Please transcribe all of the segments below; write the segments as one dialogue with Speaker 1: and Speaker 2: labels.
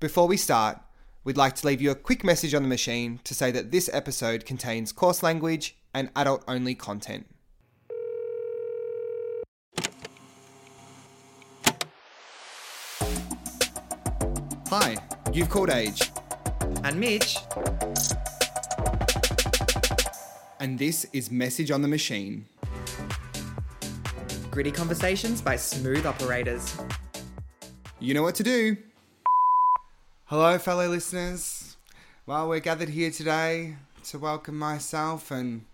Speaker 1: Before we start, we'd like to leave you a quick message on the machine to say that this episode contains coarse language and adult only content. Hi, you've called Age,
Speaker 2: And Mitch,
Speaker 1: and this is Message on the Machine.
Speaker 2: gritty conversations by smooth operators.
Speaker 1: You know what to do. Hello, fellow listeners. Well, we're gathered here today to welcome myself and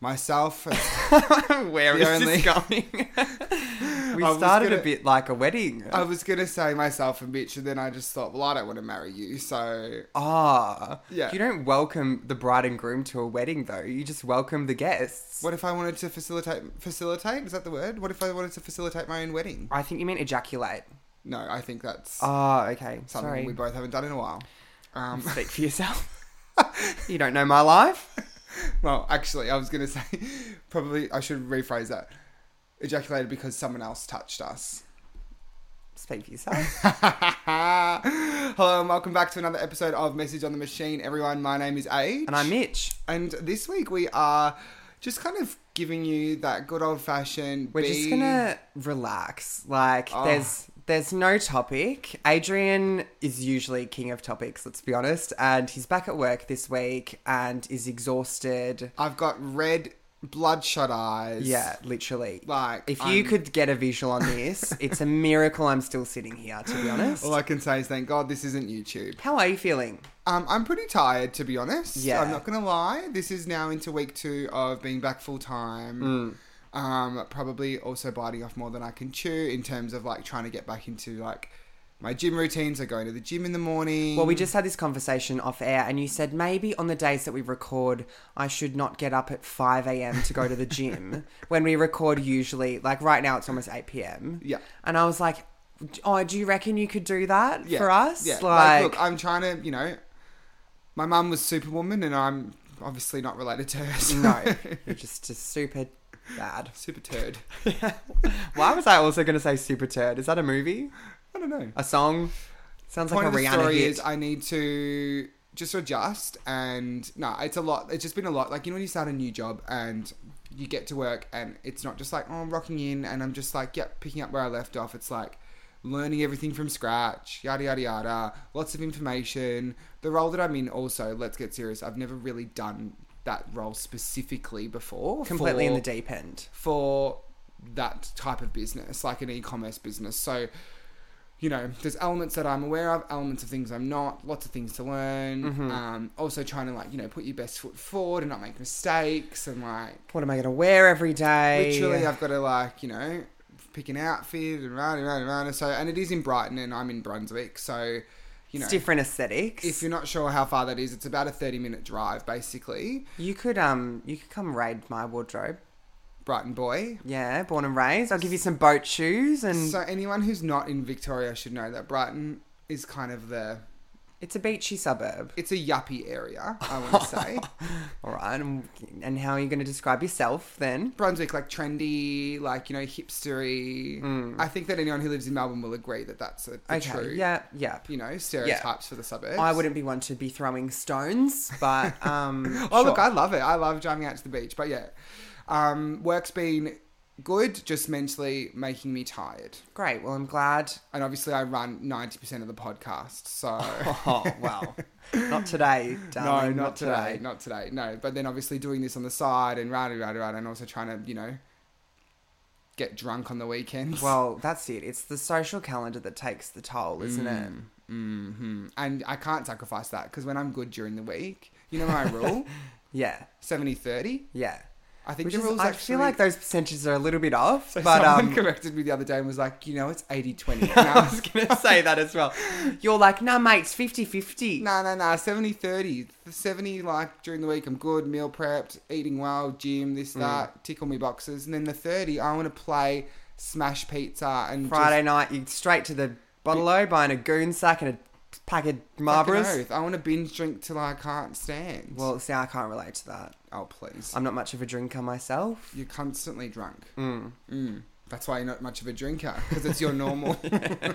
Speaker 1: myself.
Speaker 2: Where
Speaker 1: is this
Speaker 2: going? we
Speaker 1: I was
Speaker 2: started
Speaker 1: gonna-
Speaker 2: a bit like a wedding.
Speaker 1: I was gonna say myself and bitch, and then I just thought, well, I don't want to marry you, so
Speaker 2: Ah,
Speaker 1: Yeah.
Speaker 2: You don't welcome the bride and groom to a wedding, though. You just welcome the guests.
Speaker 1: what if I wanted to facilitate? Facilitate is that the word? What if I wanted to facilitate my own wedding?
Speaker 2: I think you mean ejaculate.
Speaker 1: No, I think that's
Speaker 2: Ah, okay.
Speaker 1: something
Speaker 2: Sorry.
Speaker 1: we both haven't done in a while. Um,
Speaker 2: Speak for yourself. you don't know my life.
Speaker 1: well, actually, I was gonna say probably I should rephrase that. Ejaculated because someone else touched us.
Speaker 2: Speak for yourself.
Speaker 1: Hello and welcome back to another episode of Message on the Machine. Everyone, my name is Age,
Speaker 2: and I'm Mitch.
Speaker 1: and this week we are just kind of giving you that good old fashioned.
Speaker 2: We're just gonna relax. Like
Speaker 1: Oh.
Speaker 2: there's there's no topic. Adrian is usually king of topics, let's be honest, and he's back at work this week and is exhausted.
Speaker 1: I've got red bloodshot eyes.
Speaker 2: Yeah, literally.
Speaker 1: Like
Speaker 2: if you
Speaker 1: I'm-
Speaker 2: could get a visual on this, it's a miracle I'm still sitting here, to be honest.
Speaker 1: All I can say is thank God this isn't YouTube.
Speaker 2: How are you feeling?
Speaker 1: Um, I'm pretty tired to be honest.
Speaker 2: Yeah.
Speaker 1: I'm not gonna lie. This is now into week two of being back full time.
Speaker 2: Mm.
Speaker 1: Um, probably also biting off more than I can chew in terms of like trying to get back into like my gym routines. I go to the gym in the morning.
Speaker 2: Well, we just had this conversation off air, and you said maybe on the days that we record, I should not get up at 5 a.m. to go to the gym. when we record, usually, like right now, it's almost 8 p.m.
Speaker 1: Yeah.
Speaker 2: And I was like, oh, do you reckon you could do that
Speaker 1: Yeah,
Speaker 2: for us?
Speaker 1: Yeah.
Speaker 2: Like,
Speaker 1: look, I'm trying to, you know, my mum was Superwoman, and I'm obviously not related to her. so-
Speaker 2: no, you're just, just super bad.
Speaker 1: super turd.
Speaker 2: Why was I also going to say super turd? Is that a movie?
Speaker 1: I don't know.
Speaker 2: A song? Sounds
Speaker 1: point
Speaker 2: like a
Speaker 1: of the
Speaker 2: Rihanna
Speaker 1: story
Speaker 2: hit.
Speaker 1: is I need to just adjust and no, it's a lot. It's just been a lot. Like you know when you start a new job and you get to work and it's not just like oh I'm rocking in and I'm just like yep picking up where I left off. It's like learning everything from scratch. Yada yada yada. Lots of information. The role that I'm in also. Let's get serious. I've never really done that role specifically before.
Speaker 2: completely in
Speaker 1: for-
Speaker 2: the deep end.
Speaker 1: for that type of business, like an e-commerce business. So, you know, there's elements that I'm aware of, elements of things I'm not, lots of things to learn. Um, also trying to like, you know, put your best foot forward and not make mistakes and like
Speaker 2: What am I going to wear every day?
Speaker 1: literally I've got to like, you know, pick an outfit and run and run and run. So, and it is in Brighton and I'm in Brunswick. So, you know,
Speaker 2: it's different aesthetics.
Speaker 1: if you're not sure how far that is, it's about a 30 minute drive basically.
Speaker 2: You could um you could come raid my wardrobe.
Speaker 1: Brighton boy.
Speaker 2: Yeah, born and raised. I'll give you some boat shoes and
Speaker 1: So anyone who's not in Victoria should know that Brighton is kind of the
Speaker 2: it's a beachy suburb.
Speaker 1: it's a yuppie area. I want to say
Speaker 2: All right. And, and how are you going to describe yourself then?
Speaker 1: Brunswick, like trendy, like you know hipstery. I think that anyone who lives in Melbourne will agree that that's a, the
Speaker 2: Mm. okay.
Speaker 1: true,
Speaker 2: Yeah, yeah.
Speaker 1: you know, stereotypes for the suburbs.
Speaker 2: I wouldn't be one to be throwing stones, but um
Speaker 1: Oh look,
Speaker 2: sure.
Speaker 1: I love it. I love driving out to the beach. But yeah, um, work's been good, just mentally making me tired.
Speaker 2: great. Well, I'm glad.
Speaker 1: And obviously, I run ninety percent of the podcast, so.
Speaker 2: Oh, well. not today,
Speaker 1: No,
Speaker 2: darling.
Speaker 1: not today. Not today. No, but then obviously doing this on the side and rada rada rada, and also trying to you know get drunk on the weekends.
Speaker 2: Well, that's it. It's the social calendar that takes the toll, isn't it?
Speaker 1: Mm. hmm and I can't sacrifice that because when I'm good during the week, you know my rule
Speaker 2: Yeah.
Speaker 1: 70-30.
Speaker 2: Yeah.
Speaker 1: I think
Speaker 2: Which
Speaker 1: the
Speaker 2: is,
Speaker 1: rules
Speaker 2: I
Speaker 1: actually.
Speaker 2: feel like those percentages are a little bit off,
Speaker 1: so
Speaker 2: but
Speaker 1: someone
Speaker 2: um,
Speaker 1: corrected me the other day and was like, you know, it's 80-20. And I was
Speaker 2: gonna say that as well. You're like, nah, mate, it's 50 50.
Speaker 1: No, no, no, 70 30. 70, like during the week, I'm good, meal prepped, eating well, gym, this,
Speaker 2: Mm.
Speaker 1: that, tickle me boxes. And then the 30, I want to play smash pizza and just
Speaker 2: Friday night, you straight to the bottle o, buying a goon sack and a pack of
Speaker 1: Fucking
Speaker 2: Marlboros.
Speaker 1: oath. I want to binge drink till I can't stand.
Speaker 2: Well, see, I can't relate to that.
Speaker 1: oh please,
Speaker 2: I'm not much of a drinker myself.
Speaker 1: you're constantly drunk. Mm. That's why you're not much of a drinker because it's your normal. so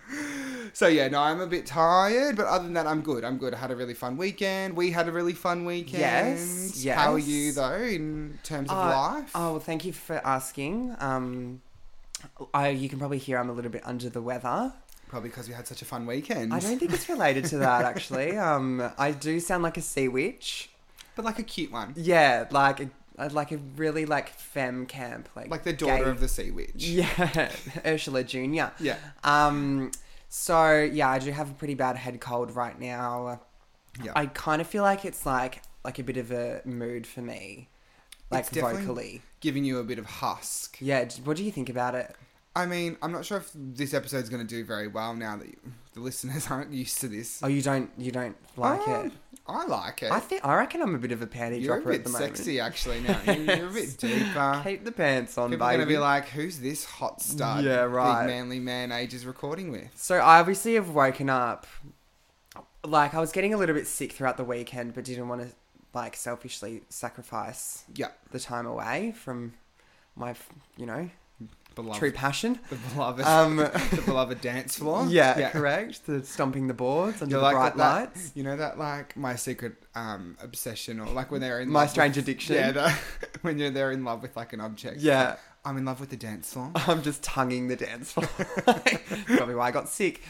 Speaker 1: So yeah, no, I'm a bit tired, but other than that, I'm good. I'm good. I had a really fun weekend. We had a really fun weekend.
Speaker 2: Yes, yes.
Speaker 1: How are you though in terms of
Speaker 2: Uh,
Speaker 1: life?
Speaker 2: Oh, well, thank you for asking. Um, I, you can probably hear I'm a little bit under the weather.
Speaker 1: Probably because we had such a fun weekend.
Speaker 2: I don't think it's related to that, actually. Um, I do sound like a sea witch.
Speaker 1: but like a cute one,
Speaker 2: Yeah, like a, uh, like a really like femme camp, like
Speaker 1: like the daughter
Speaker 2: gay-
Speaker 1: of the sea witch.
Speaker 2: yeah Ursula Junior.
Speaker 1: Yeah.
Speaker 2: Um. So yeah, I do have a pretty bad head cold right now.
Speaker 1: Yeah.
Speaker 2: I kind of feel like it's like like a bit of a mood for me, like
Speaker 1: It's definitely-
Speaker 2: vocally.
Speaker 1: Giving you a bit of husk.
Speaker 2: Yeah. d- What do you think about it?
Speaker 1: I mean, I'm not sure if this episode's going to do very well now that you, the listeners aren't used to this.
Speaker 2: Oh, you don't you don't like
Speaker 1: Um,
Speaker 2: it?
Speaker 1: I like it.
Speaker 2: I think I reckon I'm a bit of a panty
Speaker 1: You're a
Speaker 2: dropper at
Speaker 1: bit
Speaker 2: the moment.
Speaker 1: sexy, actually. Now You're- you're a bit deeper.
Speaker 2: Keep the pants on,
Speaker 1: People are
Speaker 2: baby.
Speaker 1: going to be like, "Who's this hot stud?
Speaker 2: Yeah, right.
Speaker 1: Big manly man age is recording with."
Speaker 2: So I obviously have woken up. Like I was getting a little bit sick throughout the weekend, but didn't want to like selfishly sacrifice
Speaker 1: Yeah,
Speaker 2: the time away from my, you know,
Speaker 1: beloved,
Speaker 2: true passion.
Speaker 1: the beloved,
Speaker 2: Um,
Speaker 1: the beloved dance floor.
Speaker 2: yeah, correct. The stomping the boards under
Speaker 1: You
Speaker 2: the
Speaker 1: like that,
Speaker 2: bright
Speaker 1: that-
Speaker 2: lights.
Speaker 1: You know that like my secret um obsession, or like when they're in
Speaker 2: My
Speaker 1: love
Speaker 2: strange
Speaker 1: with-
Speaker 2: addiction.
Speaker 1: Yeah, that, when you're they're in love with like an object.
Speaker 2: Yeah,
Speaker 1: I'm in love with the dance floor.
Speaker 2: I'm just tonguing the dance floor. Probably why I got sick.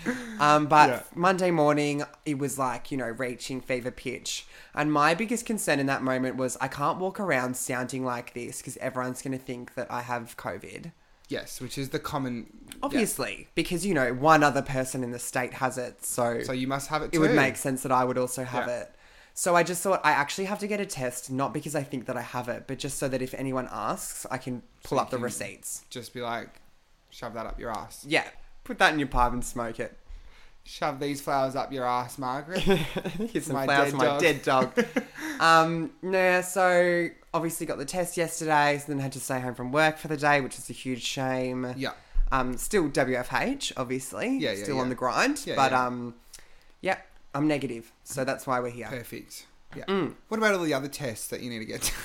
Speaker 2: Um, but
Speaker 1: Yeah.
Speaker 2: Monday morning, it was like, you know, reaching fever pitch. And my biggest concern in that moment was I can't walk around sounding like this because everyone's going to think that I have COVID.
Speaker 1: Yes, which is the common. yeah.
Speaker 2: Obviously, because, you know, one other person in the state has it. So,
Speaker 1: So you must have it.
Speaker 2: it
Speaker 1: Too.
Speaker 2: would make sense that I would also have
Speaker 1: Yeah.
Speaker 2: it. So I just thought I actually have to get a test, not because I think that I have it, but just so that if anyone asks, I can pull
Speaker 1: you
Speaker 2: up the
Speaker 1: can-
Speaker 2: receipts.
Speaker 1: just be like, shove that up your ass.
Speaker 2: Yeah, put that in your pipe and smoke it.
Speaker 1: Shove these flowers up your ass, Margaret.
Speaker 2: Here's some
Speaker 1: My
Speaker 2: flowers
Speaker 1: dead
Speaker 2: for my
Speaker 1: dog.
Speaker 2: dead dog. um, no, so obviously got the test yesterday, so then had to stay home from work for the day, which is a huge shame.
Speaker 1: yeah,
Speaker 2: Um, still WFH, obviously.
Speaker 1: Yeah, yeah,
Speaker 2: Still on
Speaker 1: yeah.
Speaker 2: the grind,
Speaker 1: Yeah,
Speaker 2: but
Speaker 1: yeah.
Speaker 2: um, yeah, I'm negative, so that's why we're here.
Speaker 1: perfect. Yeah.
Speaker 2: Mm.
Speaker 1: What about all the other tests that you need to get?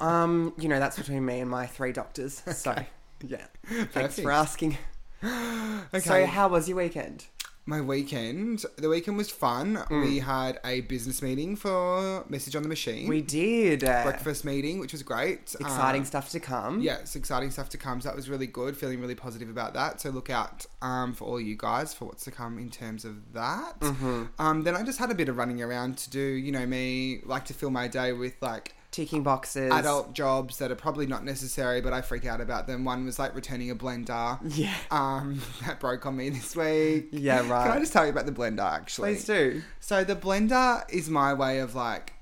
Speaker 2: Um, you know, that's between me and my three doctors. So, yeah. Thanks for asking.
Speaker 1: Okay.
Speaker 2: So, how was your weekend?
Speaker 1: My weekend. The weekend was fun.
Speaker 2: Mm.
Speaker 1: We had a business meeting for Message on the Machine.
Speaker 2: We did. uh,
Speaker 1: breakfast meeting, which was great.
Speaker 2: Exciting
Speaker 1: Um,
Speaker 2: stuff to come.
Speaker 1: yeah, it's exciting stuff to come. So that was really good. Feeling really positive about that. So look out um, for all you guys for what's to come in terms of that.
Speaker 2: Mm-hmm.
Speaker 1: Um, then I just had a bit of running around to do. You know me, like to fill my day with like
Speaker 2: Ticking boxes.
Speaker 1: adult jobs that are probably not necessary, but I freak out about them. One was like returning a blender.
Speaker 2: Yeah.
Speaker 1: Um, that broke on me this week.
Speaker 2: Yeah, right.
Speaker 1: Can I just tell you about the blender? Actually,
Speaker 2: Please do.
Speaker 1: so the blender is my way of like,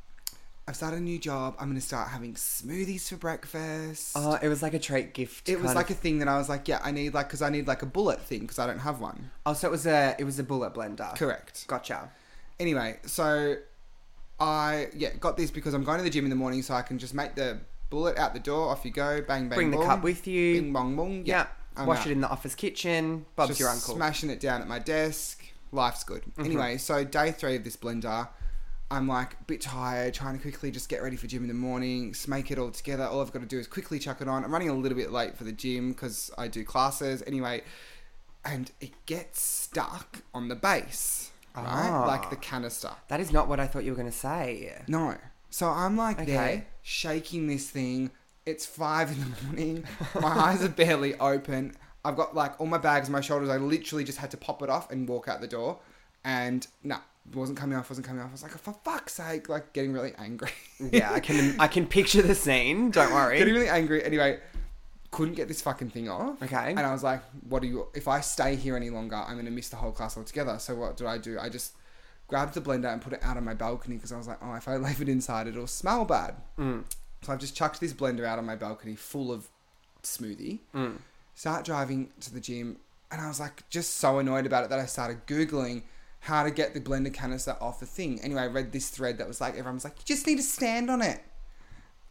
Speaker 1: I've started a new job. I'm gonna start having smoothies for breakfast.
Speaker 2: Oh, it was like a treat gift.
Speaker 1: it was
Speaker 2: kind
Speaker 1: like
Speaker 2: of-
Speaker 1: a thing that I was like, yeah, I need like, cause I need like a bullet thing, cause I don't have one.
Speaker 2: oh, so it was a it was a bullet blender.
Speaker 1: Correct.
Speaker 2: Gotcha.
Speaker 1: Anyway, so I yeah got this because I'm going to the gym in the morning, so I can just make the bullet out the door. Off you go, bang bang.
Speaker 2: Bring the
Speaker 1: boom.
Speaker 2: cup with you.
Speaker 1: Bing bong bong.
Speaker 2: yeah.
Speaker 1: I'm
Speaker 2: Wash
Speaker 1: out.
Speaker 2: it in the office kitchen. Bob's
Speaker 1: Just
Speaker 2: your Mm-hmm. uncle.
Speaker 1: Smashing it down at my desk. Life's good. Anyway, so day three of this blender, I'm like a bit tired, trying to quickly just get ready for gym in the morning, smake it all together. All I've got to do is quickly chuck it on. I'm running a little bit late for the gym because I do classes. Anyway, and it gets stuck on the base, right?
Speaker 2: Ah.
Speaker 1: Like the canister.
Speaker 2: that is not what I thought you were going to say.
Speaker 1: No. So I'm like
Speaker 2: Okay.
Speaker 1: there shaking this thing. It's five in the morning. My eyes are barely open. I've got like all my bags on my shoulders. I literally just had to pop it off and walk out the door. And nah, it wasn't coming off, wasn't coming off. I was like, for fuck's sake, like getting really angry.
Speaker 2: yeah, I can I can picture the scene. Don't
Speaker 1: getting
Speaker 2: worry.
Speaker 1: really angry. Anyway, couldn't get this fucking thing off.
Speaker 2: Okay.
Speaker 1: And I was like, what do you, if I stay here any longer, I'm going to miss the whole class altogether. So what do I do? I just grabbed the blender and put it out on my balcony because I was like, oh, if I leave it inside, it'll smell bad. So I've just chucked this blender out on my balcony full of smoothie. Start driving to the gym. And I was like, just so annoyed about it that I started Googling how to get the blender canister off the thing. Anyway, I read this thread that was like, everyone was like, you just need to stand on it.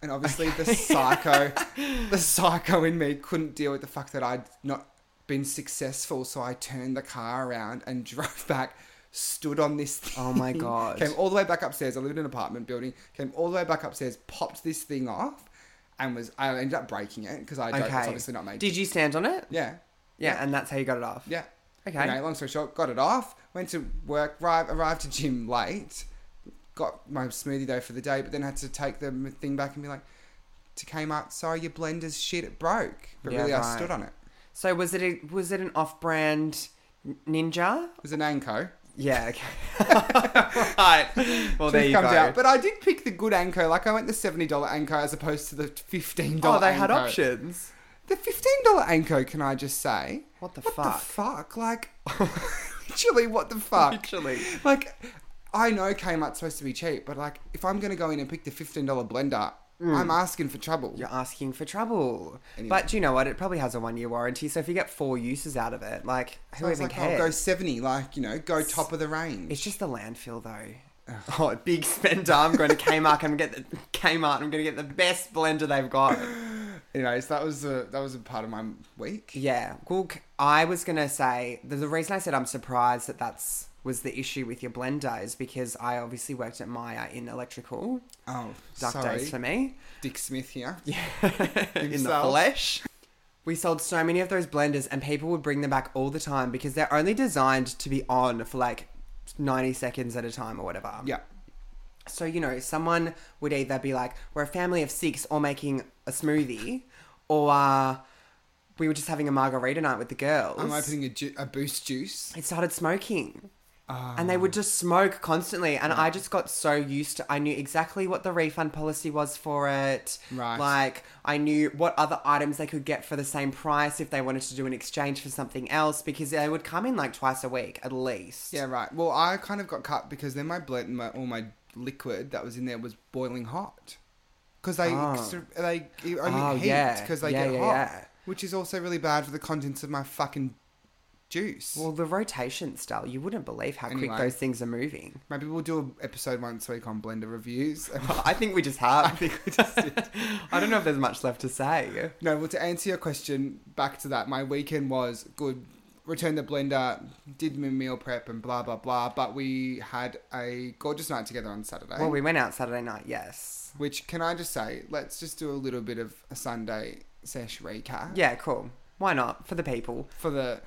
Speaker 1: And obviously the psycho, the psycho in me couldn't deal with the fact that I'd not been successful. So I turned the car around and drove back, stood on this thing.
Speaker 2: Oh my god.
Speaker 1: Came all the way back upstairs. I lived in an apartment building. Came all the way back upstairs, popped this thing off, and was I ended up breaking it because I don't, it's obviously not made.
Speaker 2: Did you stand on it?
Speaker 1: yeah,
Speaker 2: Yeah, and that's how you got it off.
Speaker 1: yeah.
Speaker 2: Okay.
Speaker 1: Anyway, long story short, got it off. Went to work. Arrived, arrived to gym late. Got my smoothie though for the day, but then had to take the m- thing back and be like, to Kmart, sorry, your blender's shit. It broke. But
Speaker 2: Yeah,
Speaker 1: really,
Speaker 2: right.
Speaker 1: I stood on it.
Speaker 2: So was it a, was it an off-brand Ninja?
Speaker 1: It was an Anko.
Speaker 2: Yeah. Okay. right. Well, there
Speaker 1: Truth
Speaker 2: you
Speaker 1: comes
Speaker 2: go.
Speaker 1: But I did pick the good Anko. Like I went the seventy dollar Anko as opposed to the fifteen dollar.
Speaker 2: oh, they had options.
Speaker 1: The fifteen dollar Anko. Can I just say?
Speaker 2: What the
Speaker 1: What
Speaker 2: fuck?
Speaker 1: the fuck? Like, literally, what the fuck?
Speaker 2: Literally.
Speaker 1: like, I know Kmart's supposed to be cheap, but like, if I'm gonna go in and pick the fifteen dollar blender,
Speaker 2: Mm.
Speaker 1: I'm asking for trouble.
Speaker 2: You're asking for trouble.
Speaker 1: Anyway.
Speaker 2: But you know what? It probably has a one year warranty. So if you get four uses out of it, like, who
Speaker 1: So I was
Speaker 2: even
Speaker 1: like,
Speaker 2: cares?
Speaker 1: oh, go seventy. Like, you know, go top of the range.
Speaker 2: It's just the landfill, though. Oh, big spender. I'm going to Kmart. I'm going to get the Kmart. I'm going to get the best blender they've got.
Speaker 1: Anyways, that was a that was a part of my week.
Speaker 2: Yeah. Well, c- I was going to say the, the reason I said I'm surprised that that's was the issue with your blender is because I obviously worked at Maya in electrical
Speaker 1: Oh,
Speaker 2: duck
Speaker 1: sorry,
Speaker 2: days for me.
Speaker 1: Dick Smith here.
Speaker 2: in the
Speaker 1: Himself.
Speaker 2: flesh. We sold so many of those blenders, and people would bring them back all the time because they're only designed to be on for like 90 seconds at a time or whatever.
Speaker 1: Yeah.
Speaker 2: So, you know, someone would either be like, we're a family of six or making a smoothie, or uh, we were just having a margarita night with the girls.
Speaker 1: I'm opening a, ju- a boost juice.
Speaker 2: It started smoking. And they would just smoke constantly, and I just got so used to. I knew exactly what the refund policy was for it.
Speaker 1: Right.
Speaker 2: Like I knew what other items they could get for the same price if they wanted to do an exchange for something else, because they would come in like twice a week at least.
Speaker 1: Yeah, right. Well, I kind of got cut because then my blend, my, all my liquid that was in there was boiling hot. Because they
Speaker 2: Ah.
Speaker 1: extra- they it only
Speaker 2: Oh,
Speaker 1: heat
Speaker 2: yeah.
Speaker 1: because they
Speaker 2: Yeah,
Speaker 1: get
Speaker 2: yeah,
Speaker 1: hot,
Speaker 2: yeah.
Speaker 1: which is also really bad for the contents of my fucking juice.
Speaker 2: Well, the rotation style, you wouldn't believe how
Speaker 1: Anyway.
Speaker 2: quick those things are moving.
Speaker 1: Maybe we'll do an episode once a week on blender reviews.
Speaker 2: I think we just have. I I don't know if there's much left to say.
Speaker 1: no, well, to answer your question, back to that. My weekend was good. Returned the blender, did my meal prep and blah blah blah. But we had a gorgeous night together on Saturday.
Speaker 2: Well, we went out Saturday night, yes.
Speaker 1: Which can I just say, let's just do a little bit of a Sunday sesh recap
Speaker 2: Yeah, cool. Why not? For the people.
Speaker 1: for the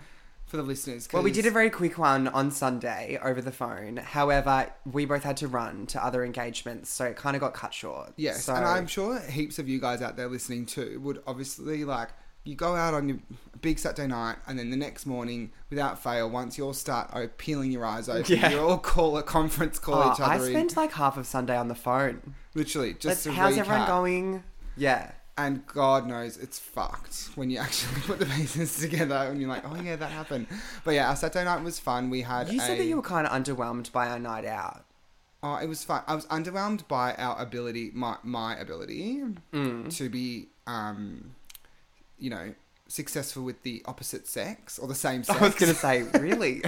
Speaker 1: for the listeners.
Speaker 2: Well, we
Speaker 1: 'cause-
Speaker 2: did a very quick one on Sunday over the phone. However, we both had to run to other engagements, so it kind of got cut short.
Speaker 1: yes,
Speaker 2: so
Speaker 1: and I'm sure heaps of you guys out there listening too would obviously like you go out on your big Saturday night, and then the next morning, without fail, once you all start oh, peeling your eyes open,
Speaker 2: Yeah.
Speaker 1: you all call a conference, call
Speaker 2: Oh,
Speaker 1: each other
Speaker 2: I
Speaker 1: in.
Speaker 2: spent like half of Sunday on the phone.
Speaker 1: literally just
Speaker 2: Let's,
Speaker 1: to
Speaker 2: how's everyone
Speaker 1: recap.
Speaker 2: going? Yeah.
Speaker 1: And God knows it's fucked when you actually put the pieces together, and you're like, oh yeah, that happened. But yeah, our Saturday night was fun. We had
Speaker 2: You said that
Speaker 1: a-
Speaker 2: you were kind of underwhelmed by our night out.
Speaker 1: Oh, it was fun. I was underwhelmed by our ability, my my ability
Speaker 2: Mm.
Speaker 1: to be, um, you know, successful with the opposite sex or the same sex.
Speaker 2: I was going to say, really?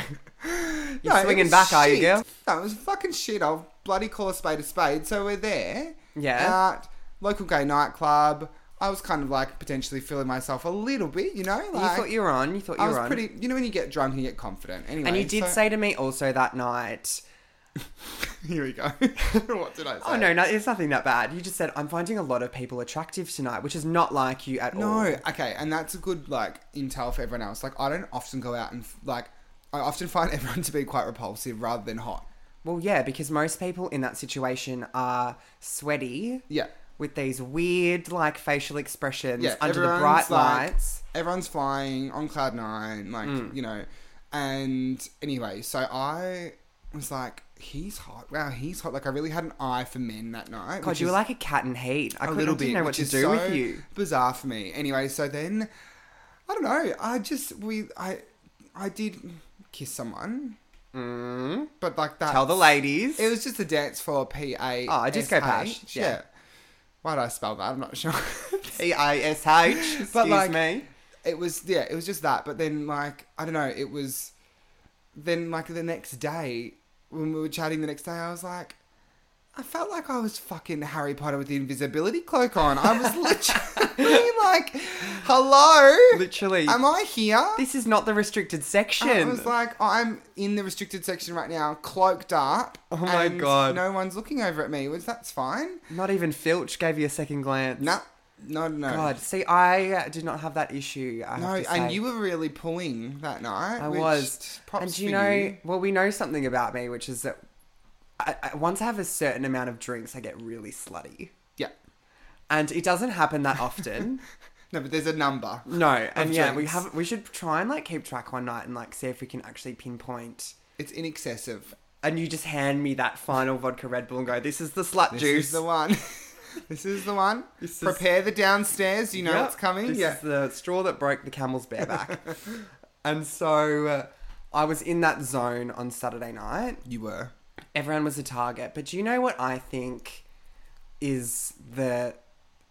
Speaker 2: You're
Speaker 1: No, it
Speaker 2: swinging
Speaker 1: was
Speaker 2: back, are you,
Speaker 1: shit.
Speaker 2: girl?
Speaker 1: No, it was fucking shit. I'll bloody call a spade a spade. So we're there.
Speaker 2: Yeah.
Speaker 1: At local gay nightclub. I was kind of like potentially feeling myself a little bit, you know. Like,
Speaker 2: you thought you were on. You thought you
Speaker 1: I was
Speaker 2: were on.
Speaker 1: pretty. You know when you get drunk and you get confident. Anyway,
Speaker 2: and you did
Speaker 1: so-
Speaker 2: say to me also that night,
Speaker 1: "Here we go." what did I say?
Speaker 2: Oh no, no, it's nothing that bad. You just said I'm finding a lot of people attractive tonight, which is not like you at all.
Speaker 1: No, okay, and that's a good like intel for everyone else. Like, I don't often go out and like, I often find everyone to be quite repulsive rather than hot.
Speaker 2: Well, yeah, because most people in that situation are sweaty
Speaker 1: Yeah,
Speaker 2: with these weird like facial expressions
Speaker 1: yeah.
Speaker 2: under the
Speaker 1: everyone's,
Speaker 2: bright
Speaker 1: like-
Speaker 2: lights.
Speaker 1: everyone's flying on cloud nine, like
Speaker 2: Mm.
Speaker 1: you know. And anyway, so I was like, he's hot. Wow, he's hot. Like, I really had an eye for men that night.
Speaker 2: God,
Speaker 1: which
Speaker 2: you were
Speaker 1: is-
Speaker 2: like a cat in heat. I
Speaker 1: a
Speaker 2: couldn't
Speaker 1: little
Speaker 2: I didn't
Speaker 1: bit,
Speaker 2: know what
Speaker 1: which
Speaker 2: to
Speaker 1: is
Speaker 2: do
Speaker 1: so
Speaker 2: with you.
Speaker 1: bizarre for me. Anyway, so then I don't know. I just we I I did kiss someone,
Speaker 2: Mm.
Speaker 1: but like that.
Speaker 2: Tell the ladies.
Speaker 1: It was just a dance floor, P A.
Speaker 2: Oh, a disco bash, yeah.
Speaker 1: Why did I spell that? I'm not sure.
Speaker 2: T I S H. Excuse
Speaker 1: But, like-
Speaker 2: me.
Speaker 1: it was yeah, it was just that. But then like I don't know, it was then like the next day when we were chatting the next day, I was like. I felt like I was fucking Harry Potter with the invisibility cloak on. I was literally like, "Hello,
Speaker 2: Literally.
Speaker 1: am I here?"
Speaker 2: this is not the restricted section.
Speaker 1: I was like, "I'm in the restricted section right now, cloaked up."
Speaker 2: Oh my
Speaker 1: and
Speaker 2: God.
Speaker 1: no one's looking over at me. Which that's fine.
Speaker 2: not even Filch gave you a second glance.
Speaker 1: No, No, no.
Speaker 2: God, see, I did not have that issue. I
Speaker 1: No,
Speaker 2: have to
Speaker 1: and
Speaker 2: say.
Speaker 1: you were really pulling that night.
Speaker 2: I
Speaker 1: which
Speaker 2: was.
Speaker 1: Props
Speaker 2: and do you
Speaker 1: for
Speaker 2: know,
Speaker 1: you.
Speaker 2: well, we know something about me, which is that I, I, once I have a certain amount of drinks, I get really slutty.
Speaker 1: Yeah.
Speaker 2: And it doesn't happen that often.
Speaker 1: No, but there's a number.
Speaker 2: no, and yeah, we
Speaker 1: drinks.
Speaker 2: have we should try and like keep track one night and like see if we can actually pinpoint.
Speaker 1: It's in excess of.
Speaker 2: And you just hand me that final vodka Red Bull and go, "This is the slut
Speaker 1: This
Speaker 2: juice."
Speaker 1: is the one. this is the one.
Speaker 2: This is-
Speaker 1: Prepare the downstairs. You know
Speaker 2: Yep,
Speaker 1: what's coming.
Speaker 2: This
Speaker 1: yeah.
Speaker 2: is the straw that broke the camel's bare back. and so uh, I was in that zone on Saturday night.
Speaker 1: You were.
Speaker 2: everyone was a target. But do you know what I think is the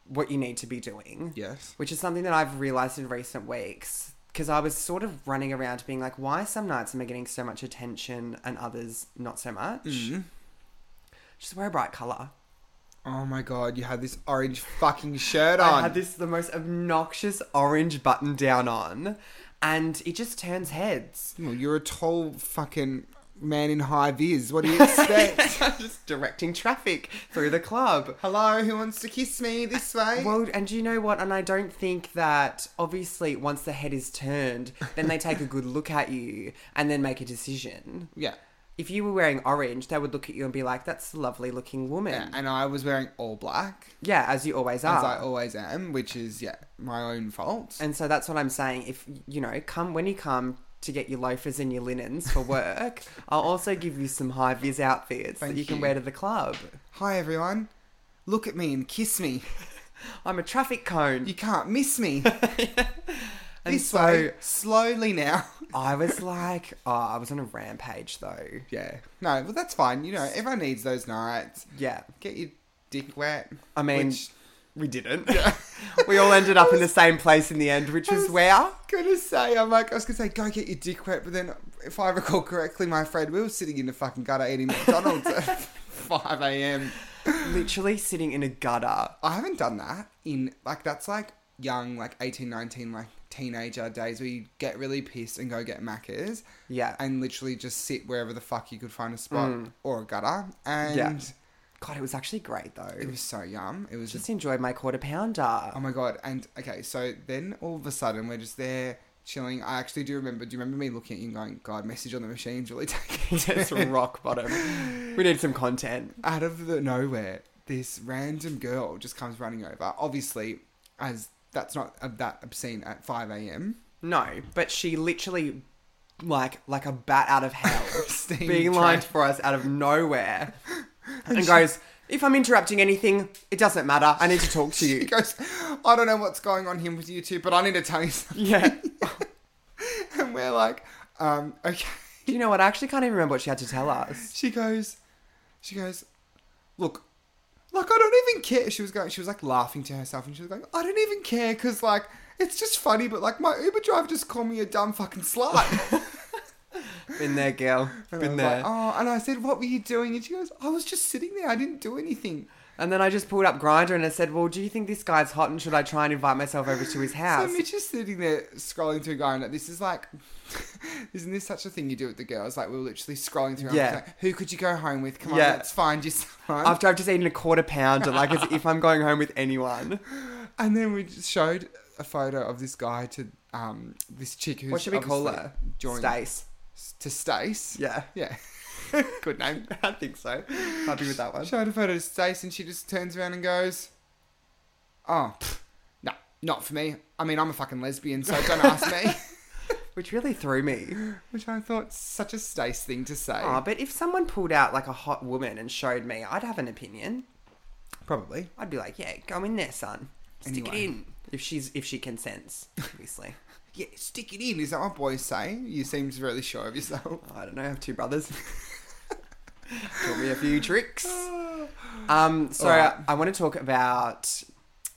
Speaker 2: what you need to be doing?
Speaker 1: Yes.
Speaker 2: Which is something that I've realized in recent weeks because I was sort of running around being like, why some nights am I getting so much attention and others not so much?
Speaker 1: Mm.
Speaker 2: Just wear a bright color.
Speaker 1: Oh my god, you had this orange fucking shirt on.
Speaker 2: I had this the most obnoxious orange button down on, and it just turns heads.
Speaker 1: Well, you're a tall fucking man in high vis. What do you expect?
Speaker 2: just directing traffic through the club.
Speaker 1: Hello, who wants to kiss me this way?
Speaker 2: Well, and do you know what? And I don't think that obviously once the head is turned, then they take a good look at you and then make a decision.
Speaker 1: yeah.
Speaker 2: If you were wearing orange, they would look at you and be like, "That's a lovely looking woman."
Speaker 1: yeah.
Speaker 2: Yeah,
Speaker 1: And I was wearing all black,
Speaker 2: as you always
Speaker 1: as I
Speaker 2: are.
Speaker 1: always am, which is, yeah, my own fault.
Speaker 2: Ah. and so that's what I'm saying. If you know, come when you come to get your loafers and your linens for work, I'll also give you some high vis outfits
Speaker 1: Thank
Speaker 2: that you can
Speaker 1: you.
Speaker 2: wear to the club.
Speaker 1: Hi, everyone. Look at me and kiss me.
Speaker 2: I'm a traffic cone.
Speaker 1: You can't miss me.
Speaker 2: and
Speaker 1: this
Speaker 2: so
Speaker 1: way, slowly now.
Speaker 2: I was like, oh, I was on a rampage though.
Speaker 1: yeah. No, but that's fine. You know, everyone needs those nights.
Speaker 2: Yeah.
Speaker 1: Get your dick wet.
Speaker 2: I mean,
Speaker 1: which-
Speaker 2: we didn't. we all ended up in the same place in the end, which was where?
Speaker 1: gonna say, I'm like, I was gonna say, go get your dick wet, but then if I recall correctly, my friend, we were sitting in the fucking gutter eating McDonald's at 5 a.m.
Speaker 2: Literally sitting in a gutter.
Speaker 1: I haven't done that in, like, that's like young, like 18, 19, like teenager days where you get really pissed and go get Macca's
Speaker 2: Yeah.
Speaker 1: and literally just sit wherever the fuck you could find a spot or a gutter. And
Speaker 2: God, it was actually great though.
Speaker 1: it was so yum. It was just,
Speaker 2: Just enjoyed my quarter pounder.
Speaker 1: oh my God. And okay, so then all of a sudden we're just there. Chilling. I actually do remember. Do you remember me looking at you and going, "God, message on the machine's really taking it."
Speaker 2: It's rock bottom. We need some content.
Speaker 1: out of the nowhere, this random girl just comes running over. Obviously, as that's not uh, that obscene at 5 a.m.
Speaker 2: No, but she literally, like, like a bat out of hell,
Speaker 1: Steam
Speaker 2: being
Speaker 1: train.
Speaker 2: lined for us out of nowhere, and goes, "If I'm interrupting anything, it doesn't matter. I need to talk to
Speaker 1: He
Speaker 2: you."
Speaker 1: goes, I don't know what's going on here with you two, but I need to tell you something.
Speaker 2: yeah.
Speaker 1: And we're like, um, okay.
Speaker 2: Do you know what? I actually can't even remember what she had to tell us.
Speaker 1: She goes, she goes, look, like, I don't even care. She was going, she was like laughing to herself and she was going, I don't even care because, like, it's just funny, but, like, my Uber driver just called me a dumb fucking slut.
Speaker 2: Been there, girl.
Speaker 1: And
Speaker 2: Been
Speaker 1: I was
Speaker 2: there.
Speaker 1: like, oh, and I said, "What were you doing?" And she goes, "I was just sitting there. I didn't do anything."
Speaker 2: And then I just pulled up Grinder and I said, "Well, do you think this guy's hot, and should I try and invite myself over to his house?"
Speaker 1: So Mitch is sitting there scrolling through, going, like, "This is like, isn't this such a thing you do with the girls?" Like we were literally scrolling through. Yeah.
Speaker 2: Yeah.
Speaker 1: like, Who could you go home with? Come on,
Speaker 2: Yeah.
Speaker 1: let's find you someone.
Speaker 2: After I've just eaten a quarter pounder, like as if I'm going home with anyone.
Speaker 1: and then we just showed a photo of this guy to um this chick who's
Speaker 2: What should we call
Speaker 1: obviously
Speaker 2: her?
Speaker 1: Joined
Speaker 2: Stace.
Speaker 1: to Stace.
Speaker 2: Yeah,
Speaker 1: Yeah. Good name.
Speaker 2: I think so. Happy with that one.
Speaker 1: Showed a photo to Stace, and she just turns around and goes, "Oh, pff, no, not for me. I mean, I'm a fucking lesbian, so don't ask me."
Speaker 2: Which really threw me.
Speaker 1: Which I thought such a Stace thing to say.
Speaker 2: Ah, but if someone pulled out like a hot woman and showed me, I'd have an opinion.
Speaker 1: Probably.
Speaker 2: I'd be like, "Yeah, go in there, son. Stick
Speaker 1: Anyway.
Speaker 2: it in." If she's if she consents, obviously.
Speaker 1: Yeah, stick it in. Is that what boys say? You seem really sure of yourself.
Speaker 2: I don't know. I have two brothers. Taught me a few tricks. Um, so
Speaker 1: Alright.
Speaker 2: I, want to talk about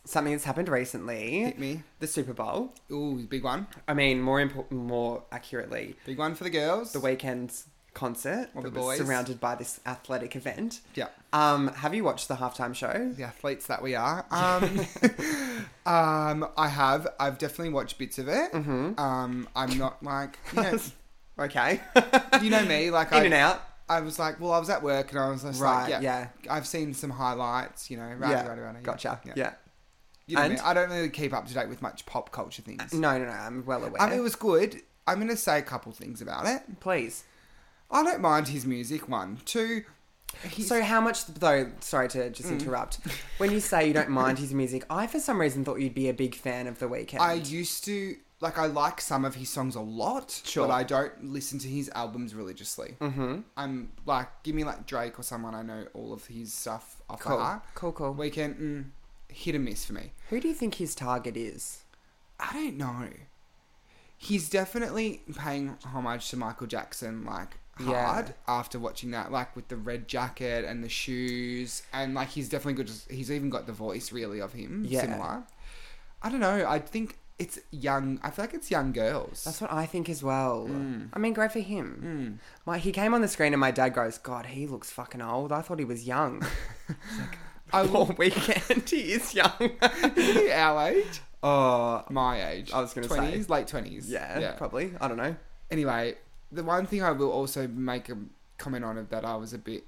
Speaker 2: something that's happened recently:
Speaker 1: Hit me.
Speaker 2: the Super Bowl.
Speaker 1: Ooh, big one.
Speaker 2: I mean, more impo- more accurately,
Speaker 1: Big one for the girls.
Speaker 2: the weekend's concert
Speaker 1: Or the
Speaker 2: that was
Speaker 1: boys.
Speaker 2: surrounded by this athletic event.
Speaker 1: Yeah.
Speaker 2: Um, have you watched the halftime show?
Speaker 1: The athletes that we are. Um, um, I have. I've definitely watched bits of it.
Speaker 2: Mhm.
Speaker 1: Um, I'm not like you know,
Speaker 2: Okay,
Speaker 1: you know me. Like
Speaker 2: in and
Speaker 1: I,
Speaker 2: out.
Speaker 1: I was like, well, I was at work and I was just
Speaker 2: Right.
Speaker 1: like, yeah,
Speaker 2: yeah.
Speaker 1: I've seen some highlights. You know, right,
Speaker 2: yeah.
Speaker 1: right, right,
Speaker 2: Gotcha. Yeah.
Speaker 1: You know what I,
Speaker 2: And? Mm,
Speaker 1: mean? I don't really keep up to date with much pop culture things.
Speaker 2: No, no, no. I'm well aware.
Speaker 1: I mean, it was good. I'm going to say a couple things about it.
Speaker 2: Please.
Speaker 1: I don't mind his music. One, two. He's,
Speaker 2: So how much though? Sorry to just
Speaker 1: Mm.
Speaker 2: interrupt. When you say you don't mind his music, I for some reason thought you'd be a big fan of The Weeknd.
Speaker 1: I used to like. I like some of his songs a lot,
Speaker 2: Sure.
Speaker 1: but I don't listen to his albums religiously. Mm-hmm. I'm like, give me like Drake or someone I know all of his stuff off by
Speaker 2: cool,
Speaker 1: heart.
Speaker 2: cool, cool.
Speaker 1: Weekend mm, hit and miss for me.
Speaker 2: Who do you think his target is?
Speaker 1: I don't know. He's definitely paying homage to Michael Jackson, like
Speaker 2: Yeah.
Speaker 1: hard after watching that, like with the red jacket and the shoes, and like he's definitely good. He's even got the voice really of him,
Speaker 2: Yeah.
Speaker 1: similar. I don't know. I think it's young. I feel like it's young girls.
Speaker 2: That's what I think as well. I mean, great for him.
Speaker 1: Mm.
Speaker 2: My, he came on the screen and my dad goes, "God, he looks fucking old. I thought he was young."
Speaker 1: I
Speaker 2: Poor
Speaker 1: will
Speaker 2: Weekend, he is young.
Speaker 1: our age,
Speaker 2: oh,
Speaker 1: my age.
Speaker 2: I was gonna say.
Speaker 1: 20s, late twenties.
Speaker 2: yeah, probably. I don't know.
Speaker 1: anyway, the one thing I will also make a comment on of that I was a bit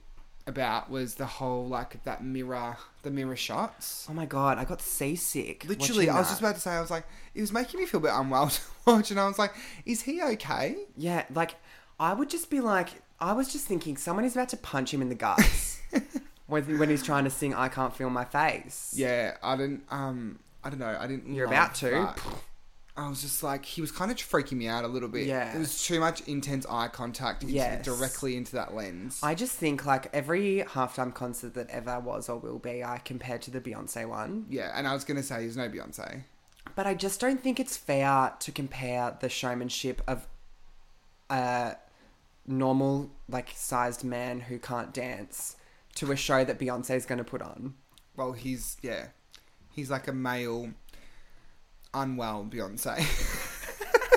Speaker 1: about was the whole like that mirror, the mirror shots.
Speaker 2: Oh my god, I got seasick.
Speaker 1: Literally,
Speaker 2: watching
Speaker 1: I was
Speaker 2: that.
Speaker 1: just about to say, I was like, it was making me feel a bit unwell to watch, and I was like, is he okay?
Speaker 2: Yeah, like I would just be like, I was just thinking someone is about to punch him in the guts when, when he's trying to sing "I Can't Feel My Face."
Speaker 1: Yeah, I didn't. Um, I don't know. I didn't.
Speaker 2: You're
Speaker 1: love
Speaker 2: about to.
Speaker 1: that. I was just like, he was kind of freaking me out a little bit.
Speaker 2: Yeah.
Speaker 1: it was too much intense eye contact into,
Speaker 2: Yes.
Speaker 1: directly into that lens.
Speaker 2: I just think like every halftime concert that ever was or will be, I compared to the Beyonce one,
Speaker 1: yeah, and I was gonna say he's no Beyonce.
Speaker 2: but I just don't think it's fair to compare the showmanship of a normal like sized man who can't dance to a show that Beyonce is going to put on.
Speaker 1: Well, he's yeah, he's like a male, unwell Beyonce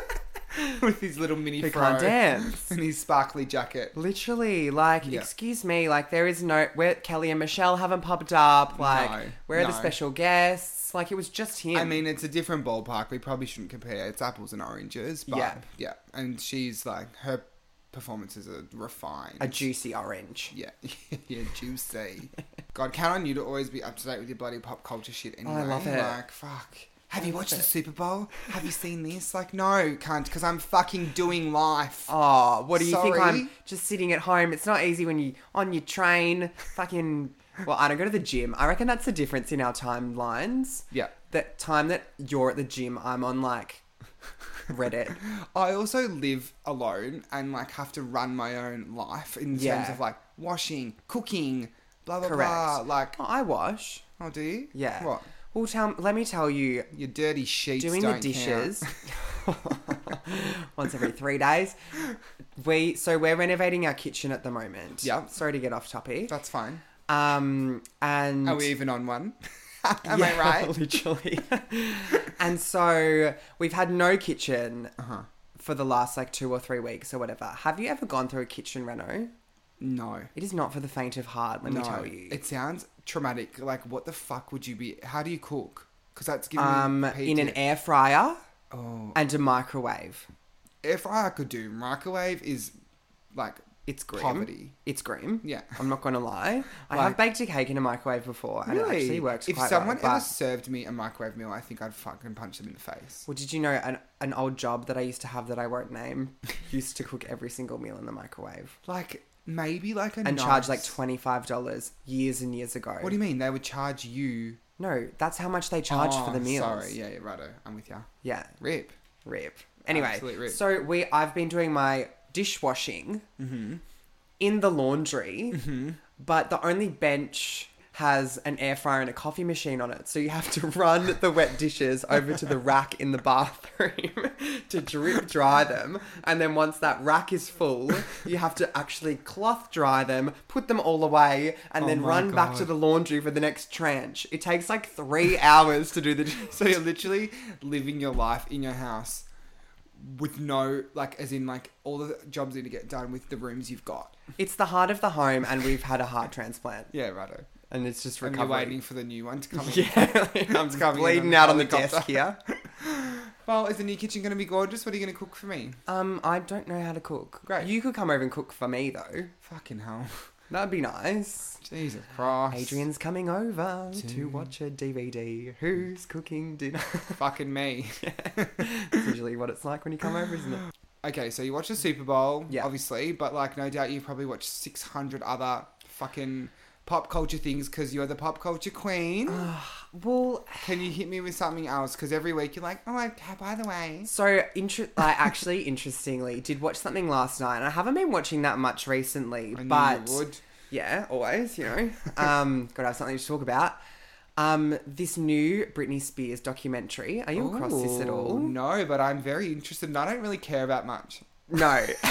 Speaker 1: with his little mini
Speaker 2: Who
Speaker 1: fro
Speaker 2: can't dance.
Speaker 1: and his sparkly jacket.
Speaker 2: Literally, like,
Speaker 1: Yeah.
Speaker 2: excuse me, like, there is no where Kelly and Michelle haven't popped up. Like,
Speaker 1: No,
Speaker 2: where are the
Speaker 1: no.
Speaker 2: special guests? Like, it was just him.
Speaker 1: I mean, it's a different ballpark. We probably shouldn't compare. It's apples and oranges. But yeah,
Speaker 2: Yeah.
Speaker 1: And she's like her performances are refined.
Speaker 2: a juicy orange.
Speaker 1: yeah, yeah, juicy. God, count on you to always be up to date with your bloody pop culture shit. Anyway,
Speaker 2: Oh, I love it.
Speaker 1: Like, fuck. Have
Speaker 2: I
Speaker 1: you
Speaker 2: love
Speaker 1: watched the
Speaker 2: it.
Speaker 1: Super Bowl? Have you seen this? Like, no, can't, because I'm fucking doing life.
Speaker 2: Oh, what do you think? I'm
Speaker 1: Sorry.
Speaker 2: just sitting at home. It's not easy when you on your train, fucking. Well, I don't go to the gym. I reckon that's the difference in our timelines.
Speaker 1: Yeah.
Speaker 2: That time that you're at the gym, I'm on like Reddit.
Speaker 1: I also live alone and like have to run my own life in
Speaker 2: Yeah.
Speaker 1: terms of like washing, cooking, blah blah
Speaker 2: Correct.
Speaker 1: blah. Like,
Speaker 2: oh, I wash.
Speaker 1: oh, do you?
Speaker 2: Yeah.
Speaker 1: What?
Speaker 2: Well, tell. Let me tell you.
Speaker 1: Your dirty sheets.
Speaker 2: doing
Speaker 1: don't
Speaker 2: the
Speaker 1: count.
Speaker 2: dishes once every three days. We so we're renovating our kitchen at the moment.
Speaker 1: Yep.
Speaker 2: Sorry to get off topic.
Speaker 1: That's fine.
Speaker 2: Um and
Speaker 1: Are we even on one? Am I
Speaker 2: Yeah,
Speaker 1: right?
Speaker 2: Literally. and so we've had no kitchen
Speaker 1: Uh-huh.
Speaker 2: for the last like two or three weeks or whatever. Have you ever gone through a kitchen reno?
Speaker 1: No.
Speaker 2: It is not for the faint of heart, let
Speaker 1: no.
Speaker 2: me tell you.
Speaker 1: It sounds traumatic. Like, what the fuck would you be? How do you cook? Because that's giving
Speaker 2: um
Speaker 1: me
Speaker 2: in an
Speaker 1: PTSD.
Speaker 2: air fryer
Speaker 1: oh.
Speaker 2: and a microwave.
Speaker 1: If I could do microwave is like
Speaker 2: It's grim.
Speaker 1: poverty.
Speaker 2: It's grim.
Speaker 1: Yeah.
Speaker 2: I'm not going to lie. I have baked a cake in a microwave before, and it actually works
Speaker 1: If
Speaker 2: quite
Speaker 1: someone
Speaker 2: well. but-
Speaker 1: ever served me a microwave meal, I think I'd fucking punch them in the face.
Speaker 2: well, did you know an, an old job that I used to have that I won't name used to cook every single meal in the microwave
Speaker 1: Like maybe like a
Speaker 2: and
Speaker 1: nice-
Speaker 2: charge like twenty five dollars years and years ago?
Speaker 1: What do you mean? They would charge you
Speaker 2: No, that's how much they charge for
Speaker 1: Oh,
Speaker 2: the meals.
Speaker 1: Sorry, yeah, yeah, righto. I'm with ya.
Speaker 2: yeah,
Speaker 1: Rip.
Speaker 2: rip. Anyway,
Speaker 1: Absolute rip.
Speaker 2: so we I've been doing my dishwashing
Speaker 1: Mm-hmm.
Speaker 2: in the laundry, but the only bench has an air fryer and a coffee machine on it. So you have to run the wet dishes over to the rack in the bathroom to drip dry them. And then once that rack is full, you have to actually cloth dry them, put them all away, and
Speaker 1: Oh
Speaker 2: then
Speaker 1: my
Speaker 2: run back to
Speaker 1: God.
Speaker 2: the laundry for the next tranche. It takes like three hours to do the
Speaker 1: So you're literally living your life in your house with no like, as in like all the jobs need to get done with the rooms you've got.
Speaker 2: It's the heart of the home, and we've had a heart transplant,
Speaker 1: Yeah, righto.
Speaker 2: and it's just
Speaker 1: And you're
Speaker 2: recovering.
Speaker 1: waiting for the new one to come in.
Speaker 2: yeah, I'm
Speaker 1: It's coming in
Speaker 2: bleeding
Speaker 1: on
Speaker 2: out on the
Speaker 1: helicopter.
Speaker 2: desk here.
Speaker 1: Well, is the new kitchen going to be gorgeous? What are you going to cook for me?
Speaker 2: Um, I don't know how to cook.
Speaker 1: Great.
Speaker 2: You could come over and cook for me though.
Speaker 1: Fucking hell.
Speaker 2: That'd be nice.
Speaker 1: Jesus Christ.
Speaker 2: Adrian's coming over to watch a DVD. Who's cooking dinner?
Speaker 1: Fucking me.
Speaker 2: That's usually what it's like when you come over, isn't it?
Speaker 1: Okay, so you watch the Super Bowl,
Speaker 2: Mm. Yeah.
Speaker 1: obviously, but like, no doubt you probably watched 600 other fucking pop culture things because you're the pop culture queen.
Speaker 2: Well,
Speaker 1: Can you hit me with something else? Because every week you're like, oh, I, by the way.
Speaker 2: So, inter- I actually, interestingly, did watch something last night, and I haven't been watching that much recently.
Speaker 1: I knew
Speaker 2: but
Speaker 1: you would.
Speaker 2: yeah, always, you know, um, gotta have something to talk about. Um, this new Britney Spears documentary. Are you across this at
Speaker 1: Ooh,
Speaker 2: all?
Speaker 1: No, but I'm very interested and I don't really care about much.
Speaker 2: No.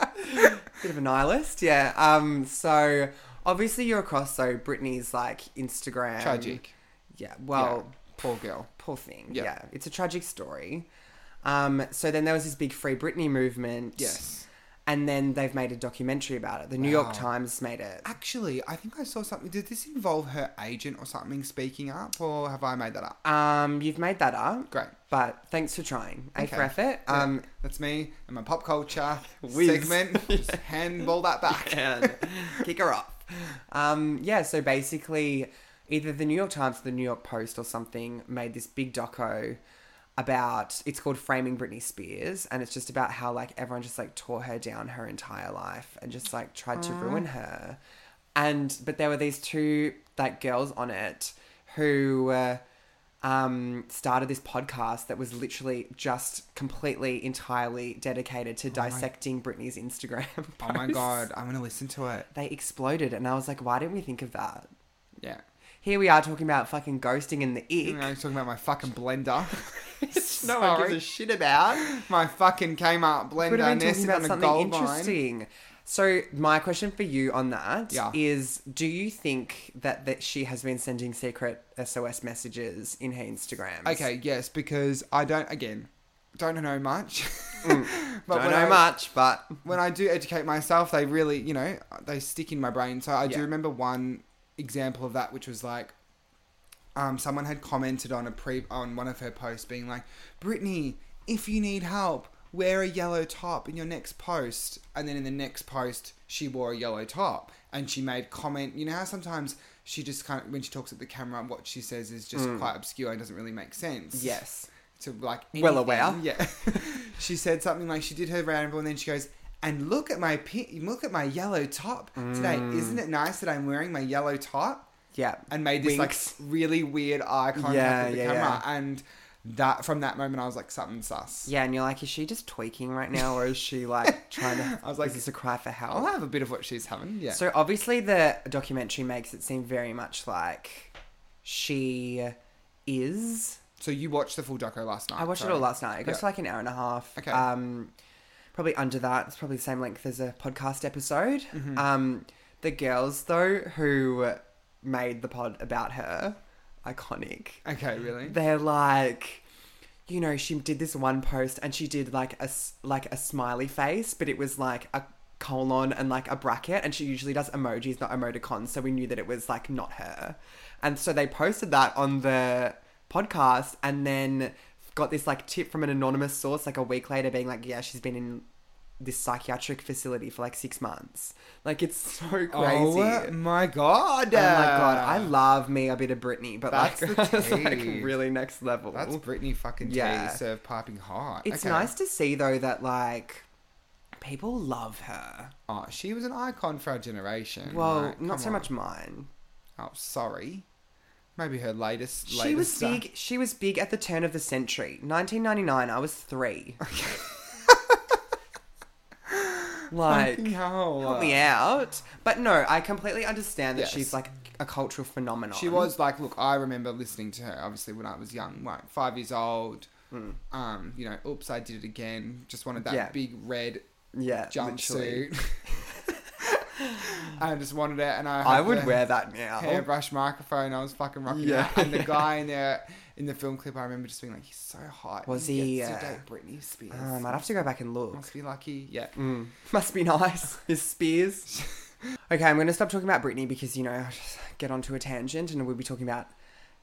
Speaker 2: Bit of a nihilist, yeah. Um, so obviously you're across. So Britney's like Instagram.
Speaker 1: Tragic.
Speaker 2: Yeah. Um, Well,
Speaker 1: Yeah. Poor girl.
Speaker 2: poor thing.
Speaker 1: Yeah.
Speaker 2: Yeah. It's a tragic story. Um, so then there was this big Free Britney movement.
Speaker 1: Yes.
Speaker 2: And then they've made a documentary about it. The New
Speaker 1: Wow.
Speaker 2: York Times made it.
Speaker 1: Actually, I think I saw something. Did this involve her agent or something speaking up, or have I made that up?
Speaker 2: Um, you've made that up.
Speaker 1: Great.
Speaker 2: But thanks for trying. A for
Speaker 1: Okay.
Speaker 2: effort.
Speaker 1: Yeah,
Speaker 2: Um,
Speaker 1: that's me and my pop culture
Speaker 2: Whiz.
Speaker 1: segment. Just handball that back.
Speaker 2: kick her off. Um, yeah, so basically, either the New York Times or the New York Post or something made this big doco about it's called Framing Britney Spears, and it's just about how like everyone just like tore her down her entire life and just like tried to ruin her. And but there were these two like girls on it who. Uh, um, started this podcast that was literally just completely, entirely dedicated to dissecting Britney's Instagram.
Speaker 1: Oh my
Speaker 2: posts
Speaker 1: god, I'm gonna listen to it.
Speaker 2: they exploded and I was like, why didn't we think of that?
Speaker 1: Yeah.
Speaker 2: Here we are talking about fucking ghosting and the
Speaker 1: You know,
Speaker 2: ick.
Speaker 1: he's talking about my fucking blender.
Speaker 2: no one gives a shit about.
Speaker 1: My fucking Kmart
Speaker 2: Could
Speaker 1: blender
Speaker 2: have been talking
Speaker 1: nested
Speaker 2: about
Speaker 1: on a
Speaker 2: something
Speaker 1: gold mine.
Speaker 2: interesting. So my question for you on that is:
Speaker 1: Yeah.
Speaker 2: do you think that that she has been sending secret SOS messages in her Instagram?
Speaker 1: Okay, yes, because I don't again, don't know much. but
Speaker 2: Mm. don't
Speaker 1: when
Speaker 2: know
Speaker 1: I-
Speaker 2: much, but
Speaker 1: when I do educate myself, they really, you know, they stick in my brain. So I do
Speaker 2: Yeah.
Speaker 1: remember one example of that, which was like, um, someone had commented on a pre on one of her posts, being like, "Brittany, if you need help, wear a yellow top in your next post." And then in the next post, she wore a yellow top, and she made comment. You know how sometimes she just kind of when she talks at the camera, what she says is just quite obscure and doesn't really make sense
Speaker 2: Mm. yes,
Speaker 1: to like anything.
Speaker 2: Well aware.
Speaker 1: Yeah, she said something like she did her ramble, and then she goes, "And look at my pi- look at my yellow top today. Isn't it nice that I'm wearing my yellow top?"
Speaker 2: Mm. yeah,
Speaker 1: And made this
Speaker 2: Winks.
Speaker 1: like really weird eye contact
Speaker 2: Yeah,
Speaker 1: with the
Speaker 2: yeah,
Speaker 1: camera, and that from that moment I was like, "Something sus."
Speaker 2: yeah. And you're like, is she just tweaking right now, or is she like trying to?
Speaker 1: I was like,
Speaker 2: is this a cry for help?
Speaker 1: I'll have a bit of what she's having. Yeah,
Speaker 2: So obviously the documentary makes it seem very much like she is.
Speaker 1: so you watched the full doco last night.
Speaker 2: I watched it
Speaker 1: sorry.
Speaker 2: all last night. It goes
Speaker 1: Yeah.
Speaker 2: for like an hour and a half.
Speaker 1: Okay.
Speaker 2: Um, probably under that. It's probably the same length as a podcast episode.
Speaker 1: Mm-hmm.
Speaker 2: Um, the girls though who made the pod about her, iconic.
Speaker 1: Okay, really?
Speaker 2: They're like. You know, she did this one post and she did like a s- like a smiley face, but it was like a colon and like a bracket, and she usually does emojis, not emoticons, so we knew that it was like not her. And so they posted that on the podcast, and then got this like tip from an anonymous source like a week later, being like, "Yeah, she's been in this psychiatric facility for like six months." Like it's so crazy.
Speaker 1: Oh my god!
Speaker 2: Oh my god, I love me a bit of Britney, but
Speaker 1: That's
Speaker 2: like,
Speaker 1: the
Speaker 2: that's like
Speaker 1: tea.
Speaker 2: really next level.
Speaker 1: That's Britney fucking
Speaker 2: Yeah.
Speaker 1: tea served piping hot.
Speaker 2: it's
Speaker 1: Okay.
Speaker 2: nice to see though that like people love her.
Speaker 1: Oh, she was an icon for our generation.
Speaker 2: Well,
Speaker 1: like, Mm, come
Speaker 2: not so
Speaker 1: on.
Speaker 2: much mine.
Speaker 1: Oh, sorry. Maybe her latest. latest
Speaker 2: She was
Speaker 1: uh,
Speaker 2: big. She was big at the turn of the century, 1999. I was three. like,
Speaker 1: fucking hell.
Speaker 2: help me out. But no, I completely understand that
Speaker 1: Yes.
Speaker 2: she's like a cultural phenomenon.
Speaker 1: She was like, look, I remember listening to her obviously when I was young, like five years old. Um, you know, oops, I did it again. Just wanted that
Speaker 2: Hmm. Yeah.
Speaker 1: big red
Speaker 2: yeah, literally.
Speaker 1: jumpsuit. I just wanted it, and I.
Speaker 2: I
Speaker 1: had
Speaker 2: would
Speaker 1: the
Speaker 2: wear that now.
Speaker 1: hairbrush microphone. I was fucking rocking
Speaker 2: Yeah.
Speaker 1: that. And the guy in there in the film clip, I remember just being like, he's so hot.
Speaker 2: Was he,
Speaker 1: Gets
Speaker 2: uh,
Speaker 1: to date Britney Spears.
Speaker 2: Oh, I might have to go back and look.
Speaker 1: Must be lucky. Yeah.
Speaker 2: Mm. Must be nice. His spears. okay, I'm going to stop talking about Britney because, you know, I just get onto a tangent and we'll be talking about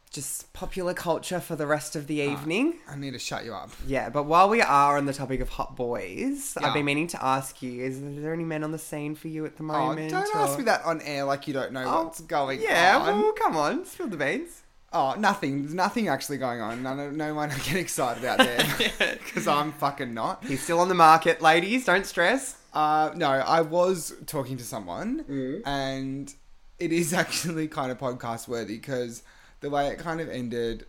Speaker 2: just popular culture for the rest of
Speaker 1: Ah.
Speaker 2: the evening.
Speaker 1: I need to shut you up.
Speaker 2: Yeah, but while we are on the topic of hot boys,
Speaker 1: Yeah.
Speaker 2: I've been meaning to ask you: Is there any men on the scene for you at the
Speaker 1: Oh,
Speaker 2: moment?
Speaker 1: don't
Speaker 2: or-
Speaker 1: ask me that on air like you don't know
Speaker 2: Oh,
Speaker 1: what's going
Speaker 2: Yeah,
Speaker 1: on.
Speaker 2: well, come on, spill the beans.
Speaker 1: Oh, nothing. There's nothing actually going on. None of, no one get excited out there because I'm fucking not.
Speaker 2: He's still on the market, ladies. Don't stress.
Speaker 1: Uh, no, I was talking to someone,
Speaker 2: Mm.
Speaker 1: and it is actually kind of podcast worthy because the way it kind of ended.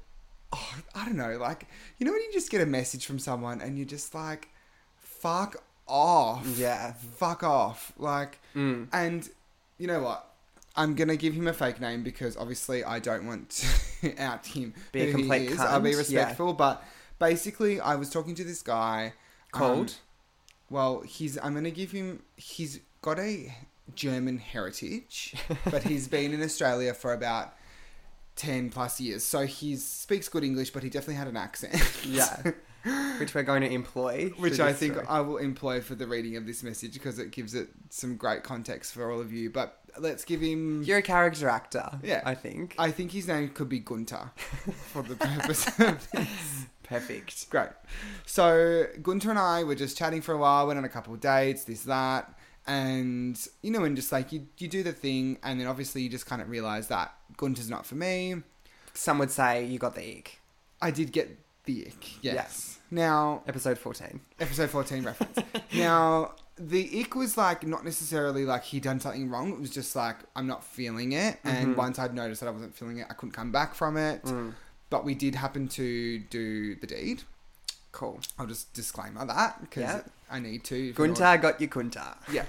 Speaker 1: Oh, I don't know. Like you know when you just get a message from someone and you're just like, "Fuck off."
Speaker 2: Yeah.
Speaker 1: fuck off. Like,
Speaker 2: Mm.
Speaker 1: and you know what? I'm gonna give him a fake name because obviously I don't want to out him.
Speaker 2: Be a
Speaker 1: who he
Speaker 2: complete
Speaker 1: is. I'll be
Speaker 2: cunt, yeah.
Speaker 1: respectful, but basically, I was talking to this guy um,
Speaker 2: Called?
Speaker 1: well, he's. I'm gonna give him. He's got a German heritage, but he's been in Australia for about. 10 plus years so he speaks good english but he definitely had an accent
Speaker 2: Yeah, which we're going to employ.
Speaker 1: which
Speaker 2: through
Speaker 1: I
Speaker 2: this
Speaker 1: think
Speaker 2: story.
Speaker 1: I will employ for the reading of this message because it gives it some great context for all of you. But let's give him.
Speaker 2: you're a character actor.
Speaker 1: Yeah.
Speaker 2: I think
Speaker 1: I think his name could be Gunter for the purpose of
Speaker 2: perfect.
Speaker 1: Great. So Gunter and I were just chatting for a while, went on a couple of dates, this, that, and you know, and just like you, you do the thing, and then obviously you just kind of realize that Gunter's not for me.
Speaker 2: Some would say you got the ick.
Speaker 1: I did get the ick.
Speaker 2: Yeah.
Speaker 1: Yes. Now,
Speaker 2: Episode fourteen.
Speaker 1: episode 14 reference. now, the ick was like not necessarily like he done something wrong. It was just like I'm not feeling it. And once I'd noticed that I wasn't feeling it, I couldn't come back from it. But we did happen to do the deed.
Speaker 2: Cool.
Speaker 1: I'll just disclaimer that because
Speaker 2: Yeah.
Speaker 1: I need to. if you
Speaker 2: Gunta got your Gunta.
Speaker 1: want- Yeah.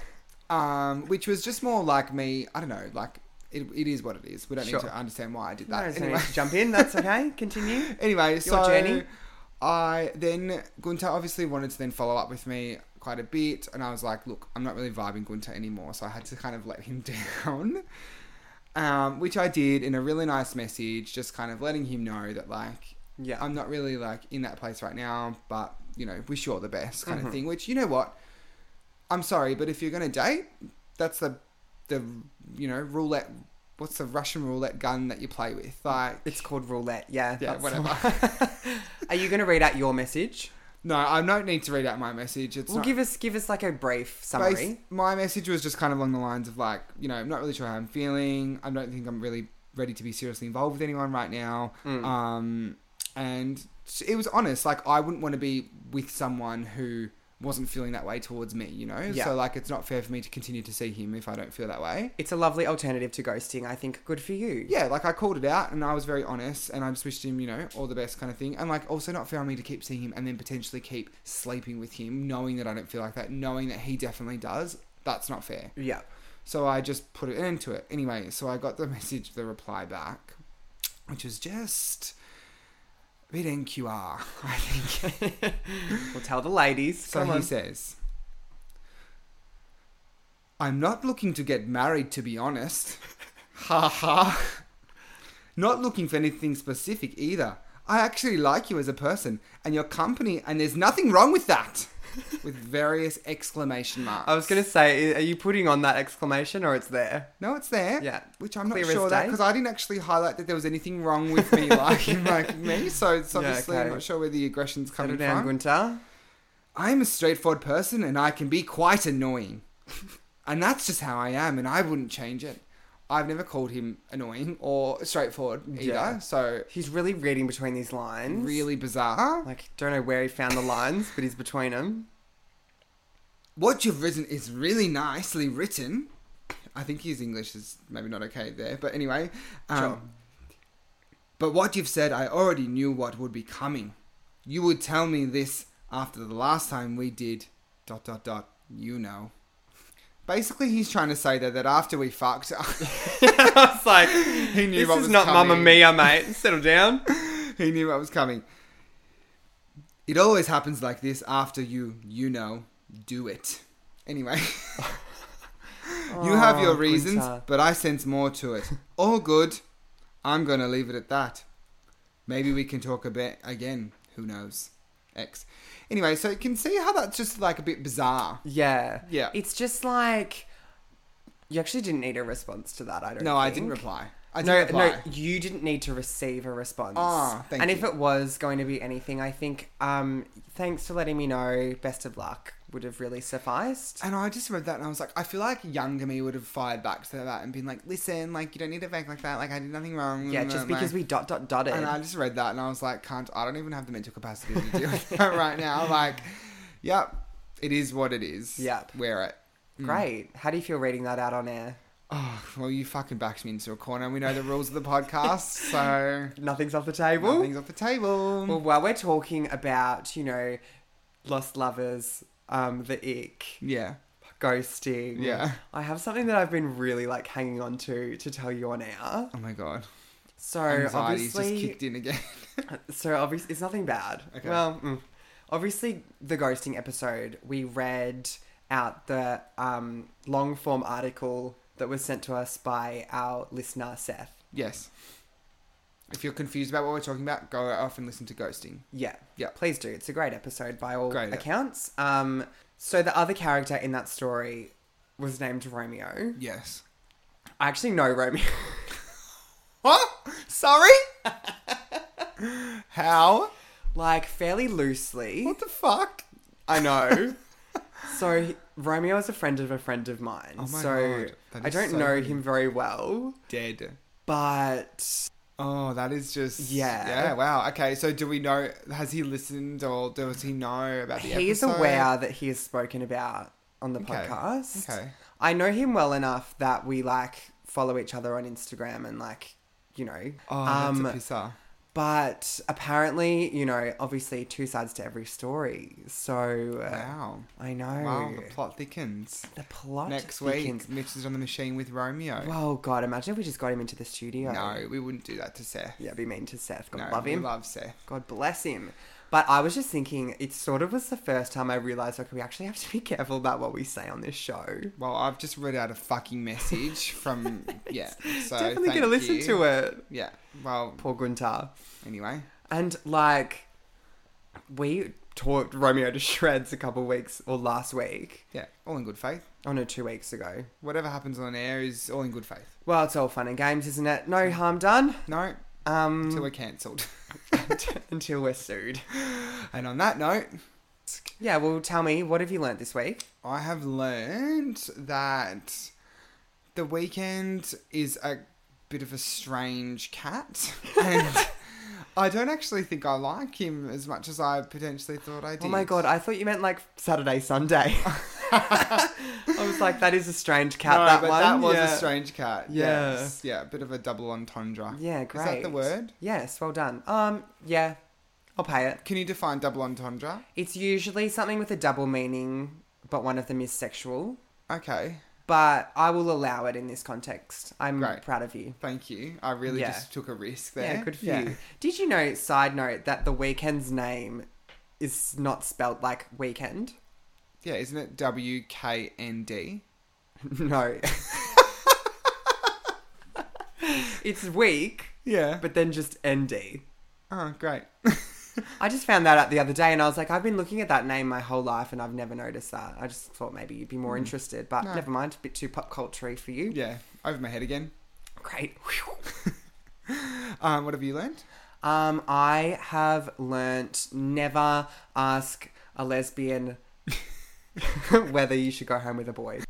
Speaker 1: Um, which was just more like me. I don't know. Like it, it is what it is. We don't
Speaker 2: Sure.
Speaker 1: need to understand why I did
Speaker 2: No,
Speaker 1: that.
Speaker 2: there's no
Speaker 1: anyway.
Speaker 2: need to jump in. That's okay. Continue.
Speaker 1: anyway, so
Speaker 2: journey.
Speaker 1: I then Gunter obviously wanted to then follow up with me quite a bit, and I was like, "Look, I'm not really vibing Gunter anymore," so I had to kind of let him down, um, which I did in a really nice message, just kind of letting him know that like
Speaker 2: Yeah.
Speaker 1: I'm not really like in that place right now, but you know, wish you all the best kind of
Speaker 2: Mm-hmm.
Speaker 1: thing. Which you know what, I'm sorry, but if you're gonna date, that's the the you know roulette. What's the Russian roulette gun that you play with? Like
Speaker 2: It's called roulette. Yeah.
Speaker 1: yeah,
Speaker 2: that's the
Speaker 1: whatever.
Speaker 2: one. Are you going to read out your message?
Speaker 1: No, I don't need to read out my message. It's
Speaker 2: Well,
Speaker 1: not,
Speaker 2: give us give us like a brief
Speaker 1: bas-
Speaker 2: summary.
Speaker 1: my message was just kind of along the lines of like, you know, I'm not really sure how I'm feeling. I don't think I'm really ready to be seriously involved with anyone right now.
Speaker 2: Mm.
Speaker 1: Um, and it was honest. Like, I wouldn't want to be with someone who wasn't feeling that way towards me. You know,
Speaker 2: Yeah.
Speaker 1: so like, it's not fair for me to continue to see him if I don't feel that way.
Speaker 2: It's a lovely alternative to ghosting. I think good for you.
Speaker 1: Yeah, like I called it out and I was very honest and I just wished him, you know, all the best kind of thing. And like also not fair on me to keep seeing him and then potentially keep sleeping with him, knowing that I don't feel like that, knowing that he definitely does. That's not fair.
Speaker 2: Yeah.
Speaker 1: So I just put an end to it. Anyway, so I got the message, the reply back, which was just a bit NQR, I think.
Speaker 2: We'll tell the ladies.
Speaker 1: So
Speaker 2: Come
Speaker 1: he
Speaker 2: on.
Speaker 1: says, I'm not looking to get married, to be honest. ha ha. Not looking for anything specific either. I actually like you as a person and your company, and there's nothing wrong with that. With various exclamation marks.
Speaker 2: I was going to say, i- are you putting on that exclamation or it's there?
Speaker 1: No, it's there.
Speaker 2: Yeah.
Speaker 1: Which I'm
Speaker 2: Clear
Speaker 1: not
Speaker 2: as
Speaker 1: sure that
Speaker 2: day.
Speaker 1: because I didn't actually highlight that there was anything wrong with me liking like me. So it's
Speaker 2: Yeah,
Speaker 1: obviously I'm
Speaker 2: okay.
Speaker 1: not sure where the aggression's coming
Speaker 2: Settle down,
Speaker 1: from.
Speaker 2: Gunter.
Speaker 1: I'm a straightforward person and I can be quite annoying. and that's just how I am and I wouldn't change it. I've never called him annoying or straightforward either.
Speaker 2: Yeah.
Speaker 1: So
Speaker 2: He's really reading between these lines.
Speaker 1: really bizarre.
Speaker 2: Like, don't know where he found the lines, but he's between them.
Speaker 1: What you've written is really nicely written. I think his English is maybe not okay there, but anyway. Um,
Speaker 2: Sure.
Speaker 1: But what you've said, I already knew what would be coming. You would tell me this after the last time we did. Dot dot dot. You know. Basically, he's trying to say that that after we fucked,
Speaker 2: I was like,
Speaker 1: he knew
Speaker 2: this
Speaker 1: what
Speaker 2: is
Speaker 1: was
Speaker 2: not
Speaker 1: coming.
Speaker 2: Mamma Mia, mate. Settle down.
Speaker 1: He knew what was coming. It always happens like this after you, you know, do it. Anyway. You have your
Speaker 2: Oh,
Speaker 1: reasons,
Speaker 2: Gunther.
Speaker 1: but I sense more to it. All good. I'm going to leave it at that. Maybe we can talk a bit again. Who knows? X. Anyway, so you can see how that's just like a bit bizarre.
Speaker 2: Yeah.
Speaker 1: Yeah.
Speaker 2: It's just like you actually didn't need a response to that, I don't
Speaker 1: No, I didn't
Speaker 2: think.
Speaker 1: reply. I did
Speaker 2: No,
Speaker 1: reply.
Speaker 2: no, you didn't need to receive a response.
Speaker 1: Ah, thank
Speaker 2: and if
Speaker 1: you.
Speaker 2: it was going to be anything, I think um, thanks for letting me know. Best of luck would have really sufficed.
Speaker 1: And I just read that and I was like, I feel like younger me would have fired back to that and been like, listen, like, you don't need to act like that. Like, I did nothing wrong.
Speaker 2: Yeah, just because we dot dot dotted.
Speaker 1: And I just read that and I was like, can't, I don't even have the mental capacity to deal with that right now. Like, yep, it is what it is.
Speaker 2: Yep.
Speaker 1: Wear it.
Speaker 2: Great. How do you feel reading that out on air?
Speaker 1: Oh, well, you fucking backed me into a corner. We know the rules of the podcast, so
Speaker 2: Nothing's off the table.
Speaker 1: nothing's off the table.
Speaker 2: Well, while we're talking about, you know, lost lovers, um, the ick,
Speaker 1: yeah.
Speaker 2: ghosting.
Speaker 1: Yeah.
Speaker 2: I have something that I've been really like hanging on to to tell you on air.
Speaker 1: Oh my god.
Speaker 2: So
Speaker 1: Anxiety's
Speaker 2: obviously, uh,
Speaker 1: just kicked in again.
Speaker 2: so obviously, it's nothing bad.
Speaker 1: Okay.
Speaker 2: Well, mm, obviously, the ghosting episode, we read out the um, long form article that was sent to us by our listener Seth.
Speaker 1: yes. If you're confused about what we're talking about, go off and listen to Ghosting.
Speaker 2: Yeah.
Speaker 1: Yeah.
Speaker 2: Please do. It's a great episode by all
Speaker 1: Great, yeah.
Speaker 2: accounts. Um so the other character in that story was named Romeo.
Speaker 1: Yes.
Speaker 2: I actually know Romeo.
Speaker 1: What? Sorry? How?
Speaker 2: like fairly loosely.
Speaker 1: What the fuck?
Speaker 2: I know. so he- Romeo is a friend of a friend of mine.
Speaker 1: Oh my
Speaker 2: so
Speaker 1: God, that
Speaker 2: I
Speaker 1: is
Speaker 2: don't
Speaker 1: so
Speaker 2: know
Speaker 1: good.
Speaker 2: him very well,
Speaker 1: Dead.
Speaker 2: but
Speaker 1: Oh, that is just
Speaker 2: Yeah.
Speaker 1: yeah. Wow. Okay. So, do we know? Has he listened, or does he know about the?
Speaker 2: he's
Speaker 1: episode?
Speaker 2: aware that he is spoken about on the podcast.
Speaker 1: Okay.
Speaker 2: I know him well enough that we like follow each other on Instagram and like, you know, Um,
Speaker 1: Oh, that's a
Speaker 2: uh,
Speaker 1: pisser.
Speaker 2: But apparently, you know, obviously two sides to every story. So uh,
Speaker 1: Wow.
Speaker 2: I know
Speaker 1: Wow. The
Speaker 2: the,
Speaker 1: plot thickens.
Speaker 2: plot
Speaker 1: Next
Speaker 2: thickens.
Speaker 1: week, Mitch is on the machine with Romeo.
Speaker 2: Well, God, imagine if we just got him into the studio.
Speaker 1: no, we wouldn't do that to Seth.
Speaker 2: yeah, be mean to Seth. God
Speaker 1: no,
Speaker 2: love
Speaker 1: we
Speaker 2: him.
Speaker 1: love Seth.
Speaker 2: God bless him. But I was just thinking, it sort of was the first time I realized, okay, we actually have to be careful about what we say on this show.
Speaker 1: Well, I've just read out a fucking message from yeah. So
Speaker 2: Definitely gonna listen to it.
Speaker 1: Yeah. Well,
Speaker 2: Poor Guntar.
Speaker 1: anyway.
Speaker 2: And like, we tore Romeo to shreds a couple weeks or last week.
Speaker 1: Yeah. All in good faith.
Speaker 2: Oh no, two weeks ago.
Speaker 1: Whatever happens on air is all in good faith.
Speaker 2: Well, it's all fun and games, isn't it? No harm done.
Speaker 1: No, until
Speaker 2: Um,
Speaker 1: we're cancelled.
Speaker 2: until we're sued.
Speaker 1: and on that note,
Speaker 2: Yeah. Well, tell me, what have you learnt this week?
Speaker 1: I have learned that the weekend is a bit of a strange cat, and I don't actually think I like him as much as I potentially thought I did.
Speaker 2: Oh my god, I thought you meant like Saturday, Sunday. I was like, that is a strange cat.
Speaker 1: No,
Speaker 2: that
Speaker 1: but
Speaker 2: one.
Speaker 1: that was
Speaker 2: yeah.
Speaker 1: a strange cat.
Speaker 2: Yeah.
Speaker 1: Yes, yeah, a bit of a double entendre.
Speaker 2: Yeah.
Speaker 1: is
Speaker 2: Great.
Speaker 1: that the word?
Speaker 2: Yes. Well done. Um. Yeah. I'll pay it.
Speaker 1: Can you define double entendre?
Speaker 2: It's usually something with a double meaning, but one of them is sexual.
Speaker 1: Okay,
Speaker 2: But I will allow it in this context. I'm
Speaker 1: Great.
Speaker 2: proud of you.
Speaker 1: thank you. I really
Speaker 2: Yeah.
Speaker 1: just took a risk there.
Speaker 2: Yeah, good for you. Did you know, side note, that the weekend's name is not spelt like weekend?
Speaker 1: Yeah, isn't it W K N D?
Speaker 2: No. it's week,
Speaker 1: Yeah.
Speaker 2: but then just ND.
Speaker 1: Oh, great.
Speaker 2: I just found that out the other day and I was like, I've been looking at that name my whole life and I've never noticed that. I just thought maybe you'd be more interested, but
Speaker 1: Hmm. No.
Speaker 2: never mind. A bit too pop culture for you.
Speaker 1: yeah, over my head again.
Speaker 2: Great.
Speaker 1: Um, what have you learned?
Speaker 2: Um, I have learnt never ask a lesbian whether you should go home with a boy.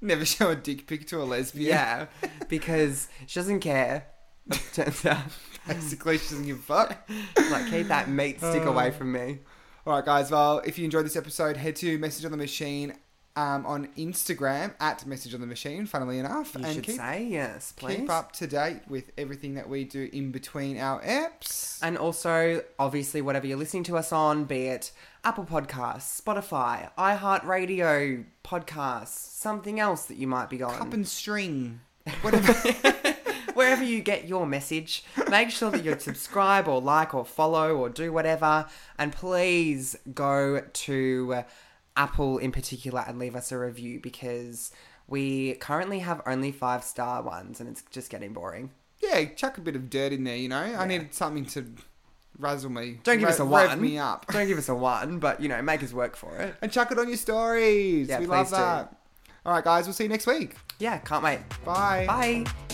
Speaker 1: Never show a dick pic to a lesbian.
Speaker 2: Yeah, because she doesn't care. It turns out,
Speaker 1: Basically, she doesn't give a fuck.
Speaker 2: like, keep that meat stick
Speaker 1: Uh,
Speaker 2: away from me.
Speaker 1: All right, guys. Well, if you enjoyed this episode, head to Message on the Machine um, on Instagram at Message on the Machine, funnily enough.
Speaker 2: You
Speaker 1: and
Speaker 2: should
Speaker 1: keep,
Speaker 2: say yes, please.
Speaker 1: keep up to date with everything that we do in between our apps.
Speaker 2: And also, obviously, whatever you're listening to us on, be it Apple Podcasts, Spotify, iHeartRadio podcasts, something else that you might be on.
Speaker 1: Cup and string. Whatever.
Speaker 2: wherever you get your message, make sure that you subscribe or like or follow or do whatever. And please go to uh, Apple in particular and leave us a review because we currently have only five star ones and it's just getting boring.
Speaker 1: yeah, chuck a bit of dirt in there, you know? I needed something to razzle me.
Speaker 2: Don't give
Speaker 1: Re-
Speaker 2: us a
Speaker 1: rev
Speaker 2: one.
Speaker 1: me up.
Speaker 2: Don't give us a one, but you know, make us work for it.
Speaker 1: and chuck it on your stories.
Speaker 2: Yeah,
Speaker 1: we love
Speaker 2: please do.
Speaker 1: that. All right, guys, we'll see you next week.
Speaker 2: Yeah, can't wait.
Speaker 1: Bye.
Speaker 2: Bye.